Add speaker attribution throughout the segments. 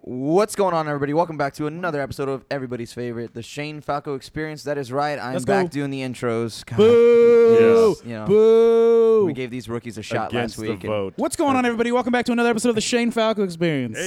Speaker 1: What's going on, everybody? Welcome back to another episode of everybody's favorite, the Shane Falco Experience. That is right. I'm
Speaker 2: Let's
Speaker 1: back
Speaker 2: go.
Speaker 1: doing the intros. God,
Speaker 2: Boo!
Speaker 1: Yes. You know,
Speaker 2: Boo!
Speaker 1: we gave these rookies a shot
Speaker 3: against
Speaker 1: last week.
Speaker 3: the
Speaker 1: and-
Speaker 3: vote.
Speaker 2: What's going on, everybody? Welcome back to another episode of the Shane Falco Experience.
Speaker 3: Hey.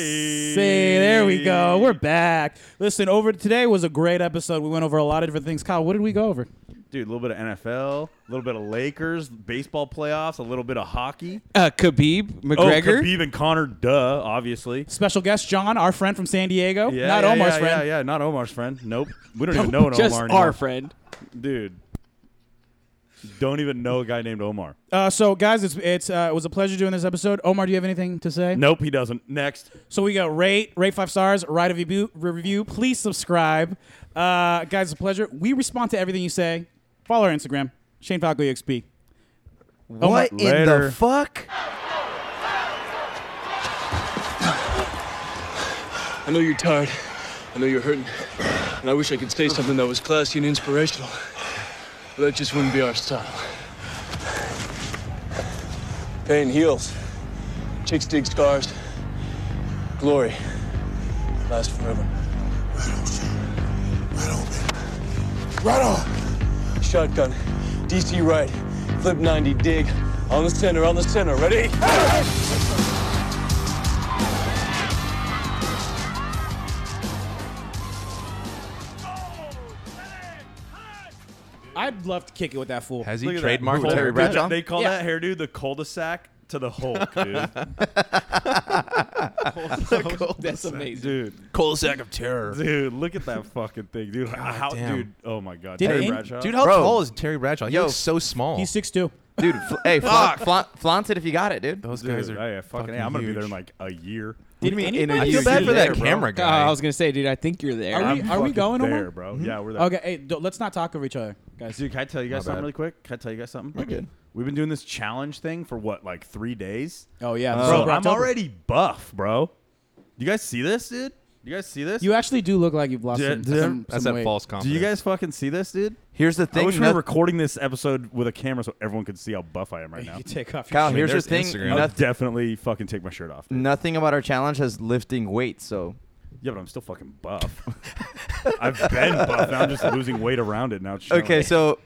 Speaker 2: See, there we go. We're back. Listen, over today was a great episode. We went over a lot of different things. Kyle, what did we go over?
Speaker 3: Dude, a little bit of NFL, a little bit of Lakers, baseball playoffs, a little bit of hockey.
Speaker 4: Uh, Khabib McGregor.
Speaker 3: Oh, Khabib and Connor, duh, obviously.
Speaker 2: Special guest John, our friend from San Diego.
Speaker 3: Yeah,
Speaker 2: Not
Speaker 3: yeah,
Speaker 2: Omar's
Speaker 3: yeah,
Speaker 2: friend.
Speaker 3: Yeah, yeah, not Omar's friend. Nope. We don't even know an
Speaker 4: Just
Speaker 3: Omar anymore.
Speaker 4: our friend.
Speaker 3: Dude. Don't even know a guy named Omar.
Speaker 2: Uh, so, guys, it's, it's uh, it was a pleasure doing this episode. Omar, do you have anything to say?
Speaker 3: Nope, he doesn't. Next.
Speaker 2: So we got rate, rate five stars, write a review, review. Please subscribe, uh, guys. It's a pleasure. We respond to everything you say. Follow our Instagram, Shane Falco E EXP. Omar-
Speaker 1: What in the
Speaker 3: Later.
Speaker 1: fuck?
Speaker 5: I know you're tired. I know you're hurting. And I wish I could say something that was classy and inspirational. But that just wouldn't be our style. Pain heals. Chicks dig scars. Glory lasts forever. Right on. Shotgun. DC right. Flip 90 dig. On the center, on the center. Ready?
Speaker 2: I'd love to kick it with that fool.
Speaker 6: Has
Speaker 3: Look
Speaker 6: he
Speaker 3: at that.
Speaker 6: trademarked
Speaker 3: Cul-
Speaker 1: Terry
Speaker 3: dude,
Speaker 1: Bradshaw?
Speaker 3: They call
Speaker 2: Yeah.
Speaker 3: that hairdo the cul-de-sac to the Hulk, dude.
Speaker 4: That's amazing.
Speaker 3: dude.
Speaker 6: cul-de-sac of terror?
Speaker 3: Dude, look at that fucking thing, dude. How,
Speaker 6: damn.
Speaker 3: dude? Oh my god,
Speaker 2: Did
Speaker 3: Terry
Speaker 2: it-
Speaker 3: Bradshaw.
Speaker 6: Dude, how
Speaker 1: Bro.
Speaker 6: tall is Terry Bradshaw? He
Speaker 1: Yo.
Speaker 6: looks so small.
Speaker 2: He's six two.
Speaker 1: Dude, fl- hey, flaunt, flaunt, flaunt it if you got it, dude.
Speaker 6: Those
Speaker 3: Dude,
Speaker 6: guys are.
Speaker 3: I- I fucking, I'm gonna be there in
Speaker 6: huge.
Speaker 3: like a year.
Speaker 2: Did anybody?
Speaker 6: I feel
Speaker 1: huge.
Speaker 6: bad for
Speaker 1: There,
Speaker 6: that
Speaker 1: bro.
Speaker 6: camera
Speaker 4: Uh,
Speaker 6: guy.
Speaker 4: I was gonna say, dude, I think you're there.
Speaker 2: Are we-
Speaker 3: I'm fucking
Speaker 2: going, Omar?
Speaker 3: there, bro? Yeah, we're there.
Speaker 2: Okay, hey, d- let's not talk over each other, guys.
Speaker 3: Dude, can I tell you guys
Speaker 6: My
Speaker 3: something
Speaker 6: bad.
Speaker 3: really quick? Can I tell you guys something? We've been doing this challenge thing for what, like three days?
Speaker 2: Oh yeah, this is
Speaker 3: Uh, bro,
Speaker 2: over
Speaker 3: I'm
Speaker 2: October.
Speaker 3: already buff, bro. You guys see this, dude? You guys see this?
Speaker 2: You actually do look like you've lost
Speaker 3: Yeah,
Speaker 2: some,
Speaker 3: dude,
Speaker 2: some,
Speaker 6: That's
Speaker 2: some
Speaker 6: that
Speaker 2: weight.
Speaker 6: false
Speaker 3: do
Speaker 6: confidence.
Speaker 3: you guys fucking see this, dude?
Speaker 1: Here's the
Speaker 3: I
Speaker 1: thing.
Speaker 3: wish we were
Speaker 1: noth-
Speaker 3: recording this episode with a camera so everyone could see how buff I am right now.
Speaker 2: You take off.
Speaker 1: Kyle,
Speaker 2: your
Speaker 6: mean,
Speaker 1: here's the thing.
Speaker 6: there's Instagram.
Speaker 3: I'll
Speaker 1: noth-
Speaker 3: definitely fucking take my shirt off. dude.
Speaker 1: nothing about our challenge has lifting weights, so
Speaker 3: Yeah, but I'm still fucking buff. I've been buff. Now I'm just losing weight around it. Now it's showing.
Speaker 1: Okay, so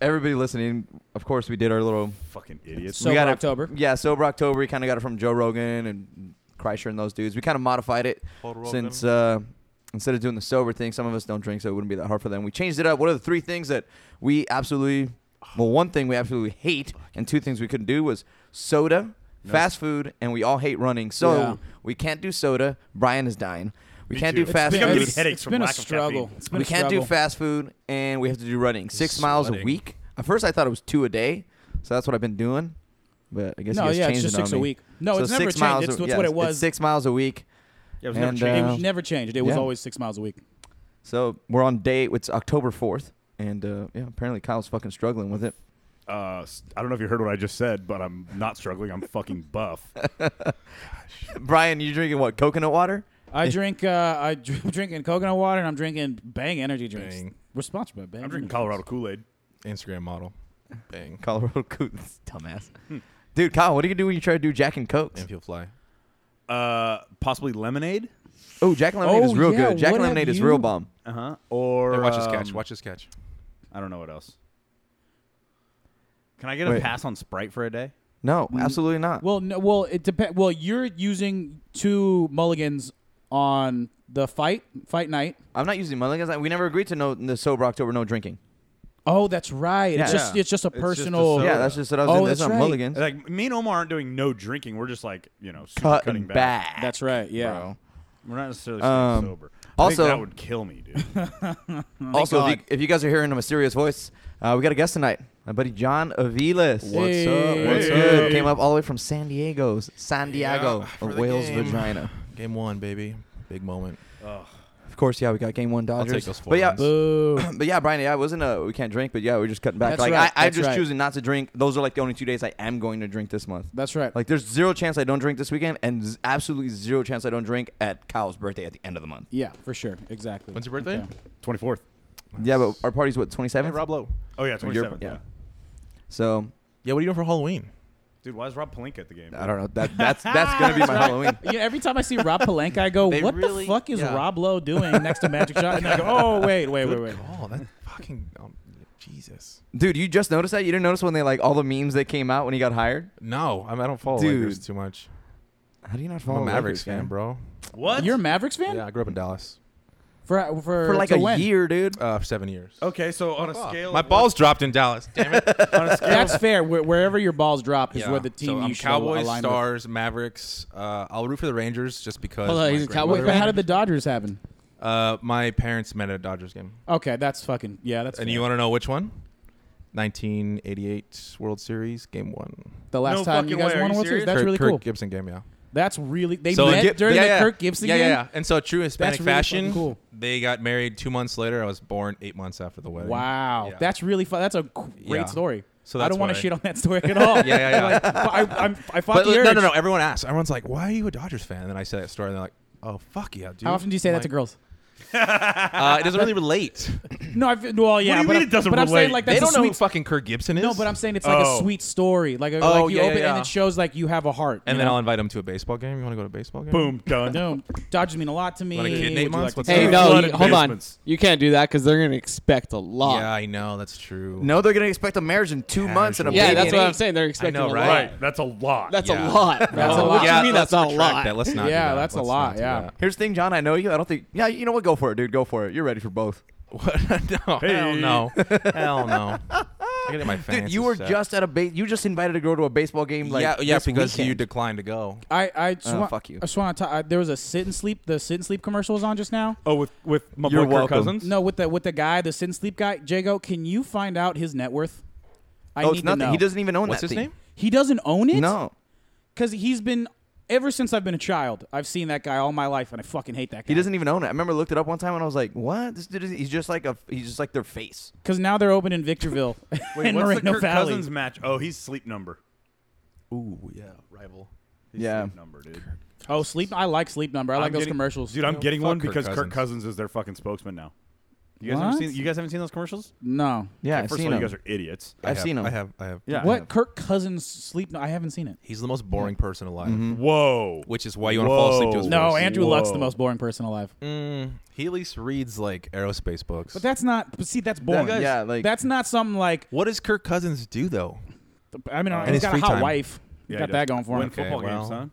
Speaker 1: everybody listening, of course, we did our little.
Speaker 3: fucking idiots.
Speaker 2: So-
Speaker 1: we got
Speaker 2: Sober
Speaker 1: it-
Speaker 2: October.
Speaker 1: Yeah, sober October. We kind of got it from Joe Rogan and Kreischer and those dudes. We kind of modified it since uh, instead of doing the sober thing, some of us don't drink, so it wouldn't be that hard for them. We changed it up. What are the three things that we absolutely? Well, one thing we absolutely hate, and two things we couldn't do was soda, fast food, and we all hate running. So
Speaker 2: Yeah.
Speaker 1: we can't do soda. Brian is dying. We can't do
Speaker 3: too.
Speaker 1: fast
Speaker 3: It's been- I'm
Speaker 1: food.
Speaker 3: getting headaches
Speaker 2: it's
Speaker 3: from
Speaker 2: been a
Speaker 3: lack of
Speaker 2: struggle.
Speaker 3: caffeine.
Speaker 2: It's been
Speaker 1: We
Speaker 2: a
Speaker 1: can't do
Speaker 2: struggle.
Speaker 1: fast food, and we have to do running six miles a
Speaker 6: sweating.
Speaker 1: week. At first, I thought it was two a day, so that's what I've been doing. But I guess
Speaker 2: No,
Speaker 1: you guys
Speaker 2: yeah, it's
Speaker 1: changed
Speaker 2: just
Speaker 1: it on
Speaker 2: six a
Speaker 1: me.
Speaker 2: week. No,
Speaker 1: So
Speaker 2: it's never
Speaker 1: six
Speaker 2: changed.
Speaker 1: miles
Speaker 2: It's-
Speaker 1: a-
Speaker 2: it's
Speaker 1: yeah,
Speaker 2: what it
Speaker 1: it's- it's
Speaker 2: was.
Speaker 1: six miles a week.
Speaker 3: Yeah, it was never
Speaker 1: And,
Speaker 3: changed.
Speaker 1: uh,
Speaker 2: It never changed. It was
Speaker 1: Yeah.
Speaker 2: always six miles a week.
Speaker 1: So we're on day eight. It's October fourth, and uh, yeah, apparently Kyle's fucking struggling with it.
Speaker 3: Uh, s- I don't know if you heard what I just said, but I'm not struggling. I'm fucking buff.
Speaker 1: Brian, you drinking what? Coconut water?
Speaker 2: I drink. Uh, I dr- I'm drinking coconut water and I'm drinking Bang energy drinks.
Speaker 6: Bang.
Speaker 2: We're sponsored by Bang.
Speaker 3: I'm drinking
Speaker 2: Energy.
Speaker 3: Colorado Kool Aid.
Speaker 6: Instagram model. Bang.
Speaker 1: Colorado Coke, dumbass.
Speaker 2: Hmm.
Speaker 1: Dude, Kyle, what do you do when you try to do Jack and Cokes?
Speaker 6: And he'll fly.
Speaker 3: Uh, possibly lemonade.
Speaker 1: Oh, Jack and Lemonade is
Speaker 2: Oh,
Speaker 1: real
Speaker 2: yeah,
Speaker 1: good. Jack
Speaker 2: what
Speaker 1: and
Speaker 2: have
Speaker 1: Lemonade is
Speaker 2: you-
Speaker 1: real bomb.
Speaker 3: Uh huh. Or
Speaker 6: Hey, watch this
Speaker 3: um,
Speaker 6: catch. Watch this catch.
Speaker 3: I don't know what else. Can I get a
Speaker 1: Wait.
Speaker 3: pass on Sprite for a day?
Speaker 1: No, absolutely not.
Speaker 2: Well, no, well, it depends. Well, you're using two mulligans on the fight fight night.
Speaker 1: I'm not using Mulligan's. We never agreed to no the sober October no drinking.
Speaker 2: Oh, that's right.
Speaker 1: Yeah.
Speaker 2: It's just it's just a
Speaker 3: It's just a
Speaker 2: personal.
Speaker 3: Oh,
Speaker 1: yeah,
Speaker 3: yeah.
Speaker 1: that's just what I was
Speaker 2: Oh,
Speaker 1: doing.
Speaker 2: that's
Speaker 1: That's, not
Speaker 2: right.
Speaker 1: Mulligan's.
Speaker 3: Like me and Omar aren't doing no drinking. We're just like you know super
Speaker 1: Cutting,
Speaker 3: cutting
Speaker 1: back.
Speaker 2: that's right. Yeah.
Speaker 1: bro.
Speaker 3: We're not necessarily staying
Speaker 1: Um,
Speaker 3: sober. I think
Speaker 1: also-
Speaker 3: that would kill me, dude.
Speaker 1: Also, if you, if you guys are hearing a mysterious voice, uh, we got a guest tonight. My buddy John Aviles.
Speaker 2: What's up? Hey.
Speaker 1: What's good? Came up all the way from San Diego's San Diego,
Speaker 6: Yeah, for
Speaker 1: of
Speaker 6: the
Speaker 1: Wales
Speaker 6: game.
Speaker 1: vagina.
Speaker 6: Game one, baby. Big moment.
Speaker 1: Of course, yeah, we got game one Dodgers.
Speaker 6: take those four
Speaker 1: but yeah,
Speaker 6: wins.
Speaker 2: Boo.
Speaker 1: but yeah, Brian, yeah, it wasn't a we can't drink, but yeah, we're just cutting back.
Speaker 2: That's
Speaker 1: like
Speaker 2: right,
Speaker 1: I, I'm
Speaker 2: that's
Speaker 1: just
Speaker 2: right.
Speaker 1: choosing not to drink. Those are like the only two days I am going to drink this month.
Speaker 2: that's right.
Speaker 1: Like, there's zero chance I don't drink this weekend, and z- absolutely zero chance I don't drink at Kyle's birthday at the end of the month.
Speaker 2: yeah, for sure. Exactly.
Speaker 6: When's your birthday?
Speaker 2: Okay.
Speaker 3: Twenty fourth.
Speaker 1: Yeah, but our party's what 27th.
Speaker 6: Rob Lowe.
Speaker 3: Oh yeah, twenty
Speaker 1: You're-
Speaker 3: seventh.
Speaker 1: yeah.
Speaker 3: Yeah.
Speaker 1: So
Speaker 6: Yeah, what are you doing for Halloween?
Speaker 3: Dude, why is Rob Palinka at the game?
Speaker 1: I don't know. That that's that's gonna be my Halloween.
Speaker 2: You know, every time I see Rob Palenka, I go,
Speaker 1: They
Speaker 2: "What
Speaker 1: really-
Speaker 2: the fuck is
Speaker 1: yeah.
Speaker 2: Rob Lowe doing next to Magic Shot?" And I go, "Oh wait, wait, wait, wait."
Speaker 6: Oh, that fucking um, Jesus.
Speaker 1: Dude, you just noticed that? You didn't notice when they like all the memes that came out when he got hired?
Speaker 6: No, I, mean, I don't follow
Speaker 1: Dude.
Speaker 6: Lakers too much.
Speaker 1: How do you not
Speaker 6: I'm
Speaker 1: follow
Speaker 6: a Mavericks
Speaker 1: Lakers,
Speaker 6: fan,
Speaker 1: man?
Speaker 6: bro.
Speaker 3: What?
Speaker 2: You're a Mavericks fan
Speaker 6: Yeah, I grew up in Dallas
Speaker 2: for uh, for
Speaker 1: For like
Speaker 2: to
Speaker 1: a
Speaker 2: when?
Speaker 1: year, dude.
Speaker 6: uh, for seven years.
Speaker 3: okay, so on a Oh, scale.
Speaker 6: My
Speaker 3: of
Speaker 6: balls dropped in Dallas. Damn it.
Speaker 3: What, on a scale
Speaker 2: That's
Speaker 3: of,
Speaker 2: fair. Where, wherever your balls drop is
Speaker 6: Yeah.
Speaker 2: where the team
Speaker 6: so
Speaker 2: you
Speaker 6: I'm
Speaker 2: should
Speaker 6: Cowboys,
Speaker 2: align with.
Speaker 6: Stars, Mavericks. Uh, I'll root for the Rangers just because.
Speaker 4: Hold on,
Speaker 6: my
Speaker 4: he's a
Speaker 6: grandmother-
Speaker 2: Wait, but how did the Dodgers happen?
Speaker 6: Uh, my parents met at a Dodgers game,
Speaker 2: Okay, that's fucking yeah. That's
Speaker 6: and
Speaker 2: fair.
Speaker 6: you want to know which one? 1988 World Series, Game One.
Speaker 2: the last
Speaker 3: No
Speaker 2: time you
Speaker 3: fucking
Speaker 2: guys
Speaker 3: way. Are
Speaker 2: won a
Speaker 3: you
Speaker 2: World Series.
Speaker 3: serious?
Speaker 2: That's
Speaker 6: Kirk,
Speaker 2: really
Speaker 6: Kirk
Speaker 2: cool.
Speaker 6: Gibson game, yeah.
Speaker 2: That's really they
Speaker 6: So
Speaker 2: met
Speaker 6: Gib-
Speaker 2: during
Speaker 6: yeah,
Speaker 2: the
Speaker 6: yeah.
Speaker 2: Kirk Gibson
Speaker 6: yeah,
Speaker 2: game.
Speaker 6: Yeah, yeah. And so true Hispanic
Speaker 2: That's really
Speaker 6: fashion.
Speaker 2: fucking cool.
Speaker 6: They got married two months later. I was born eight months after the wedding.
Speaker 2: Wow,
Speaker 6: Yeah.
Speaker 2: that's really fun. That's a great
Speaker 6: Yeah.
Speaker 2: story.
Speaker 6: So
Speaker 2: I
Speaker 6: that's
Speaker 2: don't want
Speaker 6: why-
Speaker 2: to shit on that story at all.
Speaker 6: Yeah, yeah, yeah.
Speaker 2: Like, I, I'm, I fought
Speaker 6: But
Speaker 2: the
Speaker 6: li-
Speaker 2: urge.
Speaker 6: no, no, no. Everyone asks. Everyone's like, "Why are you a Dodgers fan?" And then I say that story, and they're like, "Oh, fuck yeah, dude."
Speaker 2: How often do you say
Speaker 6: I'm
Speaker 2: that to
Speaker 6: like,
Speaker 2: girls?
Speaker 6: Uh, it doesn't really relate.
Speaker 2: No, I've,
Speaker 3: What do
Speaker 2: well, yeah.
Speaker 3: you
Speaker 2: but
Speaker 3: mean
Speaker 2: I'm-
Speaker 3: it doesn't
Speaker 2: But I'm saying
Speaker 3: relate?
Speaker 2: like that's
Speaker 6: they don't
Speaker 2: a
Speaker 6: know
Speaker 2: sweet
Speaker 6: who fucking Kirk Gibson is.
Speaker 2: No, but I'm saying it's like a
Speaker 3: Oh.
Speaker 2: sweet story. Like,
Speaker 6: Oh,
Speaker 2: like you
Speaker 6: yeah, yeah,
Speaker 2: open and
Speaker 6: yeah.
Speaker 2: it shows like you have a heart.
Speaker 6: and
Speaker 2: you
Speaker 6: then
Speaker 2: know?
Speaker 6: I'll invite him to a baseball game. You want to go to a baseball game?
Speaker 3: boom done.
Speaker 2: No, Dodgers mean a lot to me.
Speaker 6: Want a kid in
Speaker 2: Would
Speaker 6: eight
Speaker 2: you
Speaker 6: months?
Speaker 2: Like to
Speaker 6: What's
Speaker 4: Hey,
Speaker 2: take-
Speaker 3: up?
Speaker 4: no,
Speaker 3: Flooded
Speaker 4: you, hold on.
Speaker 3: basements.
Speaker 4: You can't do that because they're gonna expect a lot.
Speaker 6: Yeah, I know that's true.
Speaker 1: No, they're gonna expect a marriage in two months and a
Speaker 6: Casual.
Speaker 4: Yeah,
Speaker 1: baby.
Speaker 4: that's
Speaker 1: in
Speaker 4: what
Speaker 1: eight.
Speaker 4: I'm saying. They're expecting
Speaker 6: know,
Speaker 4: a
Speaker 6: right?
Speaker 4: lot.
Speaker 3: Right, that's a lot.
Speaker 4: That's
Speaker 6: Yeah.
Speaker 4: a lot.
Speaker 2: That's a
Speaker 4: bro.
Speaker 2: lot.
Speaker 4: What do
Speaker 6: Oh, Yeah,
Speaker 4: you mean
Speaker 6: let's
Speaker 4: that's a
Speaker 6: retract
Speaker 4: lot?
Speaker 6: That. Let's not.
Speaker 2: Yeah,
Speaker 6: do that.
Speaker 2: that's a
Speaker 6: Let's
Speaker 2: lot,
Speaker 6: not do
Speaker 2: yeah.
Speaker 6: that.
Speaker 1: Here's the thing, John. I know you. I don't think. Yeah, you know what? Go for it, dude. Go for it. You're ready for both.
Speaker 6: What? no, hell
Speaker 3: Hey.
Speaker 6: no, hell no. I gotta get my
Speaker 1: Dude,
Speaker 6: fancy
Speaker 1: you were
Speaker 6: set.
Speaker 1: just at a base. You just invited a girl to a baseball game. Like
Speaker 6: yeah, yeah,
Speaker 1: this
Speaker 6: because you
Speaker 1: weekend.
Speaker 6: declined to go.
Speaker 2: I, I just
Speaker 1: Oh,
Speaker 2: want,
Speaker 1: fuck you.
Speaker 2: I just want to. I, there was a sit and sleep. The sit and sleep commercial was on just now.
Speaker 3: Oh, with with my
Speaker 1: You're
Speaker 3: boy Kirk
Speaker 1: welcome.
Speaker 3: Cousins.
Speaker 2: No, with the with the guy, the sit and sleep guy, Jago. Can you find out his net worth? I
Speaker 1: Oh,
Speaker 2: need
Speaker 1: it's
Speaker 2: to
Speaker 1: nothing.
Speaker 2: know.
Speaker 1: He doesn't even own
Speaker 6: What's
Speaker 1: that
Speaker 6: his
Speaker 1: team.
Speaker 6: name?
Speaker 2: He doesn't own it.
Speaker 1: No,
Speaker 2: because he's been ever since I've been a child. I've seen that guy all my life, and I fucking hate that guy.
Speaker 1: he doesn't even own it. I remember I looked it up one time and I was like, "What? This dude? Is, he's just like a. He's just like their face."
Speaker 2: Because now they're open in Victorville
Speaker 3: Wait,
Speaker 2: and
Speaker 3: what's
Speaker 2: Moreno
Speaker 3: the Kirk
Speaker 2: Valley.
Speaker 3: Cousins match? Oh, he's sleep number.
Speaker 6: Ooh, yeah, rival.
Speaker 3: He's
Speaker 1: Yeah.
Speaker 3: sleep number, dude.
Speaker 2: Oh, sleep. I like sleep number. I like
Speaker 3: I'm
Speaker 2: those
Speaker 3: getting-
Speaker 2: commercials.
Speaker 3: Dude, I'm getting
Speaker 6: fuck
Speaker 3: one
Speaker 6: Kirk
Speaker 3: because Kirk
Speaker 6: Cousins.
Speaker 3: Cousins is their fucking spokesman now. You guys
Speaker 2: What?
Speaker 3: haven't seen you guys haven't seen those commercials?
Speaker 2: no.
Speaker 1: Yeah,
Speaker 3: Okay,
Speaker 1: I've
Speaker 3: first
Speaker 1: seen
Speaker 3: of all,
Speaker 1: him.
Speaker 3: you guys are idiots.
Speaker 1: I've seen him.
Speaker 6: I have. I have.
Speaker 3: Yeah.
Speaker 2: What Kirk Cousins sleep? No, I haven't seen it.
Speaker 6: He's the most boring person alive,
Speaker 3: Whoa.
Speaker 6: which is why you want to fall asleep to his
Speaker 3: Whoa.
Speaker 2: No,
Speaker 6: voice.
Speaker 2: Andrew Luck's the
Speaker 3: Whoa.
Speaker 2: most boring person alive.
Speaker 6: Mm, he at least reads like aerospace books.
Speaker 2: But that's not. But see, that's boring.
Speaker 1: guys- Yeah, like-
Speaker 2: that's not something like.
Speaker 6: what does Kirk Cousins do though?
Speaker 2: I mean,
Speaker 6: in
Speaker 2: he's
Speaker 6: his
Speaker 2: got a
Speaker 6: free
Speaker 2: hot
Speaker 6: time.
Speaker 2: wife. He's
Speaker 3: Yeah,
Speaker 2: got
Speaker 3: he
Speaker 2: that
Speaker 3: does.
Speaker 2: going for
Speaker 3: Win
Speaker 2: him.
Speaker 6: Okay,
Speaker 3: football
Speaker 6: well,
Speaker 3: games, huh?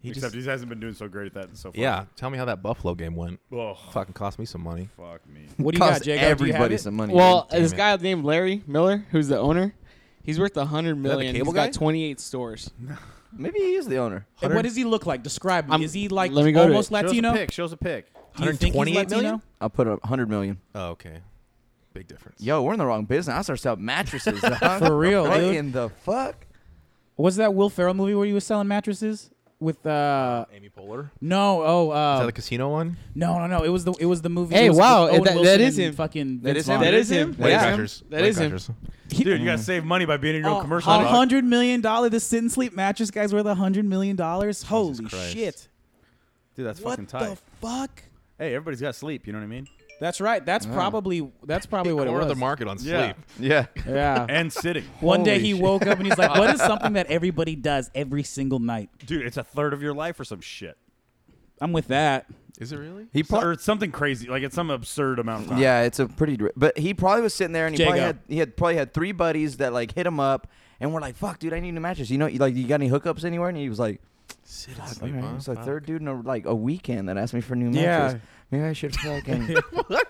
Speaker 6: He
Speaker 3: Except
Speaker 6: just,
Speaker 3: he hasn't been doing so great at that so far.
Speaker 6: yeah. Tell me how that Buffalo game went.
Speaker 3: Oh,
Speaker 6: Fucking cost me some money.
Speaker 3: fuck me.
Speaker 2: What do you got,
Speaker 1: Mm-hmm. Cost
Speaker 2: Jago? do you have
Speaker 1: everybody
Speaker 2: it?
Speaker 1: some money.
Speaker 4: Well,
Speaker 6: Damn
Speaker 4: this
Speaker 6: it.
Speaker 4: guy named Larry Miller, who's the owner, he's worth a hundred million.
Speaker 6: cable
Speaker 4: He's got
Speaker 6: guy?
Speaker 4: 28 stores.
Speaker 1: dude. maybe he is the owner.
Speaker 2: And what does he look like? Describe him.
Speaker 4: I'm-
Speaker 2: is he like
Speaker 4: let me go to
Speaker 2: almost
Speaker 4: it.
Speaker 2: Latino?
Speaker 1: Show us a pic. Show us a pic.
Speaker 2: Do you think he's
Speaker 6: 128 million?
Speaker 2: Latino?
Speaker 1: I'll put a hundred million.
Speaker 6: Oh, okay. Big difference.
Speaker 1: Yo, we're in the wrong business. I start selling mattresses. dog.
Speaker 2: For real,
Speaker 1: What
Speaker 2: dude.
Speaker 1: in the fuck?
Speaker 2: Was that Will Ferrell movie where you were selling mattresses with uh
Speaker 6: Amy Poehler. Is
Speaker 2: no oh
Speaker 6: that
Speaker 2: uh
Speaker 6: the casino one?
Speaker 2: no no no it was the it was the movie.
Speaker 4: Hey,
Speaker 2: it was
Speaker 4: wow,
Speaker 2: with Owen
Speaker 4: that- that
Speaker 2: Wilson
Speaker 4: is
Speaker 2: and
Speaker 4: him.
Speaker 2: Fucking
Speaker 1: That
Speaker 2: Vince
Speaker 1: is him.
Speaker 2: Vaughn.
Speaker 4: That is him.
Speaker 6: Lake
Speaker 4: yeah.
Speaker 6: Crashers.
Speaker 4: That
Speaker 6: Lake
Speaker 4: is him.
Speaker 6: Crashers.
Speaker 3: Dude, you gotta save money by being in your own commercial.
Speaker 2: Mm. A
Speaker 3: dog.
Speaker 2: Oh, hundred million dollar. The sit and sleep mattress guy's worth a hundred million dollars. Holy
Speaker 6: Christ.
Speaker 2: shit!
Speaker 3: Dude, that's
Speaker 2: What
Speaker 3: fucking tight.
Speaker 2: the fuck?
Speaker 3: hey, everybody's got sleep. You know what I mean?
Speaker 2: That's right. That's probably that's probably what it
Speaker 6: Corner of the
Speaker 2: was.
Speaker 6: market on
Speaker 3: Yeah.
Speaker 6: sleep.
Speaker 1: Yeah.
Speaker 2: Yeah.
Speaker 3: And sitting.
Speaker 2: One day
Speaker 6: Holy
Speaker 2: he
Speaker 6: shit.
Speaker 2: woke up and he's like, "What is something that everybody does every single night?"
Speaker 3: Dude, it's a third of your life or some shit.
Speaker 2: I'm with that.
Speaker 6: Is it really?
Speaker 1: He
Speaker 3: Or
Speaker 1: probably.
Speaker 3: it's something crazy. Like it's some absurd amount of time.
Speaker 1: Yeah, it's a pretty. dr- But he probably was sitting there, and he probably
Speaker 2: Jago.
Speaker 1: had he had probably had three buddies that like hit him up, and were like, "Fuck, dude, I need a mattress." You know, you, like you got any hookups anywhere? And he was like,
Speaker 6: Sit
Speaker 1: "Fuck, man, it's the third dude in a, like a weekend that asked me for a new
Speaker 2: Yeah.
Speaker 1: mattress. Maybe I should fucking."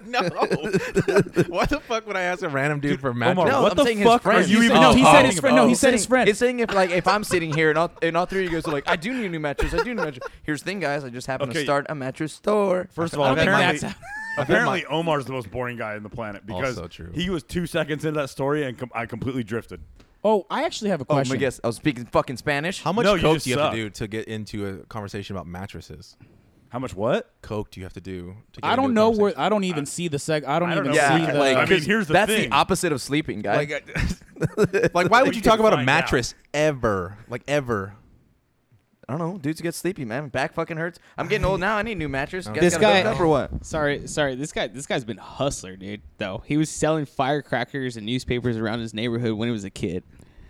Speaker 6: no. Why the fuck would I ask a random dude for a match?
Speaker 3: Omar,
Speaker 1: No,
Speaker 3: what
Speaker 1: I'm
Speaker 3: the
Speaker 1: saying his
Speaker 3: fuck are
Speaker 1: friends.
Speaker 3: you
Speaker 1: He's
Speaker 3: even
Speaker 2: No, he said
Speaker 3: talking
Speaker 2: his friend- no,
Speaker 3: about?
Speaker 2: he said
Speaker 1: saying,
Speaker 2: his friend.
Speaker 1: It's saying if like if I'm sitting here and all and all three of you guys are like, "I do need a new mattress. I do need a mattress." Here's the thing, guys. I just happened to
Speaker 3: Okay.
Speaker 1: start a mattress store.
Speaker 3: First of all,
Speaker 2: I think
Speaker 3: apparently,
Speaker 2: that's-
Speaker 3: apparently Omar's the most boring guy on the planet because
Speaker 6: Also true.
Speaker 3: he was two seconds into that story and com- I completely drifted.
Speaker 2: Oh, I actually have a
Speaker 1: Oh,
Speaker 2: question.
Speaker 1: my guess I was speaking fucking Spanish.
Speaker 6: How much
Speaker 3: No, you
Speaker 6: coke
Speaker 3: just
Speaker 6: do you have
Speaker 3: suck.
Speaker 6: to do to get into a conversation about mattresses?
Speaker 3: How much what?
Speaker 6: Coke do you have to do? To get
Speaker 2: I
Speaker 6: into
Speaker 2: don't
Speaker 6: a
Speaker 2: know where.
Speaker 6: conversation?
Speaker 2: I don't even see the seg. I don't,
Speaker 3: I don't know.
Speaker 2: even
Speaker 1: yeah,
Speaker 2: see the.
Speaker 1: like
Speaker 3: I mean, here's the
Speaker 1: that's
Speaker 3: thing. uh,
Speaker 1: the opposite of sleeping, guy.
Speaker 6: Like, I- like, why would you
Speaker 3: You
Speaker 6: talk
Speaker 3: can
Speaker 6: about a
Speaker 3: find
Speaker 6: mattress ever? Like, ever?
Speaker 1: I don't know. Dudes get sleepy, man. Back fucking hurts. I'm getting old now. I need a new mattress. Guys
Speaker 4: This
Speaker 1: gotta hook
Speaker 4: guy-
Speaker 1: up or what?
Speaker 4: Sorry, sorry. This guy, this guy's been a hustler, dude. Though he was selling firecrackers and newspapers around his neighborhood when he was a kid.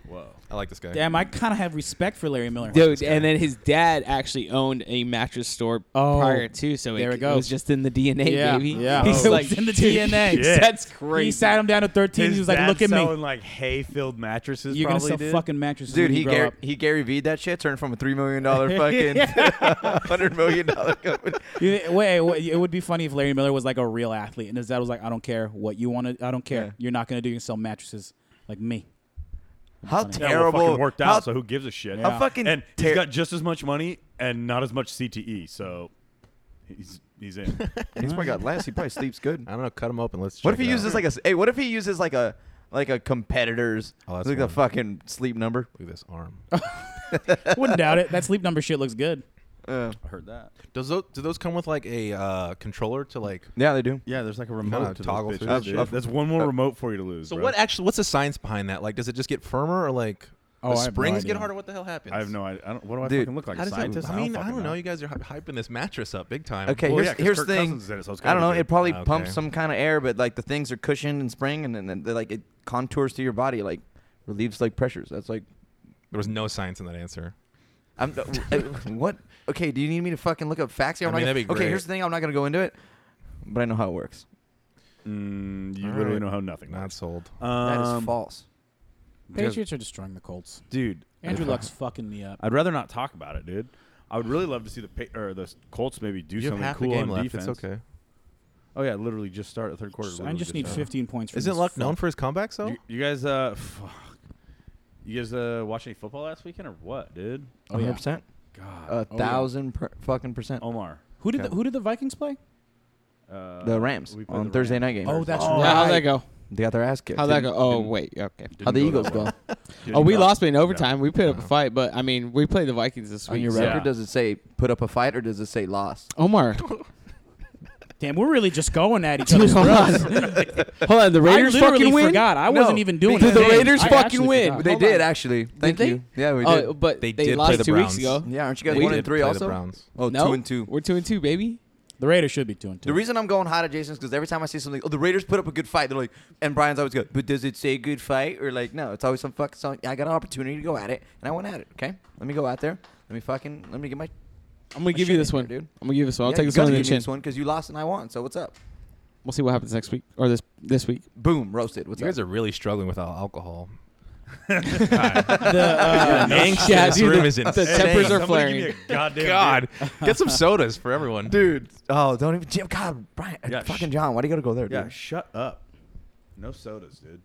Speaker 3: Whoa.
Speaker 6: I like this guy.
Speaker 2: Damn, I kind of have respect for Larry Miller.
Speaker 4: Dude, and then his dad actually owned a mattress store
Speaker 2: Oh,
Speaker 4: prior to, so
Speaker 2: there
Speaker 4: it,
Speaker 2: it goes.
Speaker 4: was just in the DNA,
Speaker 2: Yeah,
Speaker 4: baby.
Speaker 2: yeah.
Speaker 4: He's
Speaker 2: Oh,
Speaker 4: like
Speaker 2: it's in the
Speaker 4: "Dude,
Speaker 2: DNA."
Speaker 3: Yeah.
Speaker 4: That's
Speaker 2: He
Speaker 4: crazy.
Speaker 2: sat him down at 13. he was like,
Speaker 3: dad
Speaker 2: "Look at me.
Speaker 3: selling like hay-filled mattresses.
Speaker 2: You're gonna
Speaker 3: probably
Speaker 2: sell
Speaker 3: did.
Speaker 2: fucking mattresses,
Speaker 1: Dude,
Speaker 2: when
Speaker 1: he
Speaker 2: you grow
Speaker 1: Gary,
Speaker 2: up."
Speaker 1: he Gary V'd that shit, turned from a $3 million fucking $100 million company.
Speaker 2: You- wait, wait, it would be funny if Larry Miller was like a real athlete, and his dad was like, "I don't care what you want to. I don't care.
Speaker 1: Yeah.
Speaker 2: You're not gonna do. You can sell mattresses like me."
Speaker 1: How
Speaker 3: Yeah, well,
Speaker 1: terrible.
Speaker 3: fucking worked out.
Speaker 1: how-
Speaker 3: so who gives a shit?
Speaker 1: how fucking
Speaker 3: And
Speaker 1: ter-
Speaker 3: he's got just as much money and not as much CTE, so he's he's in.
Speaker 1: he's probably got less. He probably sleeps good.
Speaker 6: I don't know. Cut him open. Let's.
Speaker 1: What if
Speaker 6: check
Speaker 1: he
Speaker 6: it out.
Speaker 1: uses like a s- hey? What if he uses like a like a competitor's
Speaker 6: Oh, that's
Speaker 1: like the
Speaker 6: one.
Speaker 1: fucking sleep number?
Speaker 6: Look at this arm.
Speaker 2: Wouldn't doubt it. That sleep number shit looks good.
Speaker 1: Uh,
Speaker 3: I heard that.
Speaker 6: Does those do those come with like a uh, controller to like?
Speaker 1: yeah, they do.
Speaker 3: Yeah, there's like a
Speaker 6: remote
Speaker 3: remote to
Speaker 6: to those toggle bitches,
Speaker 1: through. Uh, dude.
Speaker 3: That's, that's one more remote for you to lose.
Speaker 6: So
Speaker 3: bro.
Speaker 6: what actually? What's the science behind that? Like, does it just get firmer or like
Speaker 2: Oh,
Speaker 6: the
Speaker 2: I have no
Speaker 6: springs
Speaker 2: idea.
Speaker 6: get harder? What the hell happens?
Speaker 3: I have no idea. I don't, what do I
Speaker 1: Dude,
Speaker 3: fucking look like?
Speaker 6: How
Speaker 3: a
Speaker 6: does
Speaker 3: scientist?
Speaker 6: that? I mean, I
Speaker 3: fucking
Speaker 6: don't know. You guys are hy- hyping this mattress up big time.
Speaker 1: Okay,
Speaker 3: Well,
Speaker 1: here's
Speaker 3: yeah, 'cause
Speaker 1: here's
Speaker 3: Kirk
Speaker 1: the thing.
Speaker 3: Cousins is in it, so it's
Speaker 1: I don't know.
Speaker 3: gotta be
Speaker 1: It
Speaker 3: good.
Speaker 1: probably
Speaker 6: Okay.
Speaker 1: pumps some kind of air, but like the things are cushioned and spring, and then they, like it contours to your body, like relieves like pressures. That's like,
Speaker 6: There was no science in that answer.
Speaker 1: I'm uh, what? Okay, do you need me to fucking look up facts? here? I'm
Speaker 6: I mean,
Speaker 1: not gonna-
Speaker 6: that'd be
Speaker 1: Okay,
Speaker 6: great.
Speaker 1: here's the thing. I'm not gonna go into it, but I know how it works.
Speaker 3: Mm, you
Speaker 6: All
Speaker 3: literally
Speaker 6: right.
Speaker 3: know how nothing.
Speaker 6: Not sold.
Speaker 1: That is
Speaker 3: Um,
Speaker 1: false.
Speaker 3: Because-
Speaker 2: Patriots are destroying the Colts.
Speaker 3: dude.
Speaker 2: Andrew Luck's fucking me up.
Speaker 3: I'd rather not talk about it, dude. I would really love to see the pa- or the Colts maybe do
Speaker 6: you have
Speaker 3: something
Speaker 6: half
Speaker 3: cool
Speaker 6: the game
Speaker 3: on
Speaker 6: left.
Speaker 3: defense.
Speaker 6: It's okay.
Speaker 3: Oh yeah, literally just start the third quarter.
Speaker 2: I
Speaker 3: literally
Speaker 2: just need
Speaker 3: started.
Speaker 2: 15 points. From
Speaker 6: Isn't
Speaker 2: this
Speaker 6: Luck
Speaker 2: fuck.
Speaker 6: known for his comebacks though?
Speaker 3: You, you guys, uh, fuck. You guys uh, watch any football last weekend or what, dude?
Speaker 2: Oh, yeah.
Speaker 1: 100%.
Speaker 3: God, Oh,
Speaker 1: A
Speaker 2: yeah.
Speaker 1: thousand per, fucking percent.
Speaker 3: Omar.
Speaker 2: Who did
Speaker 1: Okay.
Speaker 2: the, who did the Vikings play?
Speaker 3: Uh,
Speaker 1: the Rams
Speaker 3: we played
Speaker 1: on
Speaker 3: the
Speaker 1: Thursday
Speaker 3: Rams.
Speaker 1: night game.
Speaker 2: Oh, that's
Speaker 3: Oh,
Speaker 2: right.
Speaker 4: Yeah, how'd that go?
Speaker 1: They got their ass kicked.
Speaker 4: How'd that
Speaker 1: Didn't-
Speaker 4: go? Oh,
Speaker 3: didn't-
Speaker 4: wait. Okay.
Speaker 3: Didn't
Speaker 1: How'd the
Speaker 3: go
Speaker 1: Eagles
Speaker 3: that
Speaker 1: go?
Speaker 3: well.
Speaker 4: Oh, we
Speaker 3: Yeah.
Speaker 4: lost in overtime. We put up a fight, but I mean, we played the Vikings this
Speaker 1: On
Speaker 4: week.
Speaker 1: your
Speaker 4: so-
Speaker 3: Yeah.
Speaker 1: record, does it say put up a fight or does it say lost?
Speaker 4: Omar,
Speaker 2: Damn, we're really just going at each
Speaker 4: dude,
Speaker 2: other's
Speaker 4: hold on.
Speaker 2: throats.
Speaker 4: hold on. The Raiders
Speaker 2: I literally
Speaker 4: fucking win.
Speaker 2: forgot. I
Speaker 1: No,
Speaker 2: wasn't even doing
Speaker 4: because
Speaker 2: it.
Speaker 4: the Raiders
Speaker 2: I
Speaker 4: fucking
Speaker 2: actually
Speaker 4: win.
Speaker 2: forgot.
Speaker 1: They
Speaker 4: Hold
Speaker 1: did
Speaker 4: on.
Speaker 1: actually. Thank
Speaker 4: they?
Speaker 1: you. Yeah, we did.
Speaker 4: Oh, but they,
Speaker 6: They did
Speaker 4: lost
Speaker 6: play the
Speaker 4: two weeks ago.
Speaker 6: Browns.
Speaker 1: yeah, aren't you guys
Speaker 4: They
Speaker 1: one
Speaker 4: did
Speaker 1: and three
Speaker 6: play
Speaker 1: also?
Speaker 6: The Browns.
Speaker 1: Oh,
Speaker 4: No,
Speaker 1: two and two.
Speaker 4: We're two and two, baby.
Speaker 2: The Raiders should be two and two.
Speaker 1: The reason I'm going hot at Jason's because every time I see something, oh, the Raiders put up a good fight. They're like, and Brian's always good. But does it say good fight or like no? It's always some fucking song. I got an opportunity to go at it, and I went at it. Okay, let me go out there. Let me fucking let me get my.
Speaker 4: I'm gonna
Speaker 1: My
Speaker 4: give you
Speaker 1: shit
Speaker 4: this
Speaker 1: in
Speaker 4: one,
Speaker 1: there, dude.
Speaker 4: I'm gonna give this one. I'll
Speaker 1: Yeah,
Speaker 4: take
Speaker 1: you
Speaker 4: this
Speaker 1: gotta
Speaker 4: one in the
Speaker 1: give me
Speaker 4: chin.
Speaker 1: this one because you lost and I won. So what's up?
Speaker 4: We'll see what happens next week or this this week.
Speaker 1: Boom, roasted. What's
Speaker 6: You guys
Speaker 1: up?
Speaker 6: are really struggling with al- alcohol.
Speaker 2: the, uh,
Speaker 6: Anxious.
Speaker 4: Yeah,
Speaker 6: this
Speaker 4: dude,
Speaker 6: room
Speaker 4: the-
Speaker 6: is
Speaker 4: the
Speaker 6: insane.
Speaker 4: tempers
Speaker 3: Somebody
Speaker 4: are
Speaker 3: give me
Speaker 4: flaring.
Speaker 3: a goddamn
Speaker 6: God,
Speaker 3: beer.
Speaker 6: get some sodas for everyone, dude.
Speaker 1: oh, don't even Jim. God, Brian,
Speaker 3: Yeah,
Speaker 1: fucking
Speaker 3: sh-
Speaker 1: John. Why do you gotta go there,
Speaker 3: Yeah,
Speaker 1: dude?
Speaker 3: shut up. No sodas, dude.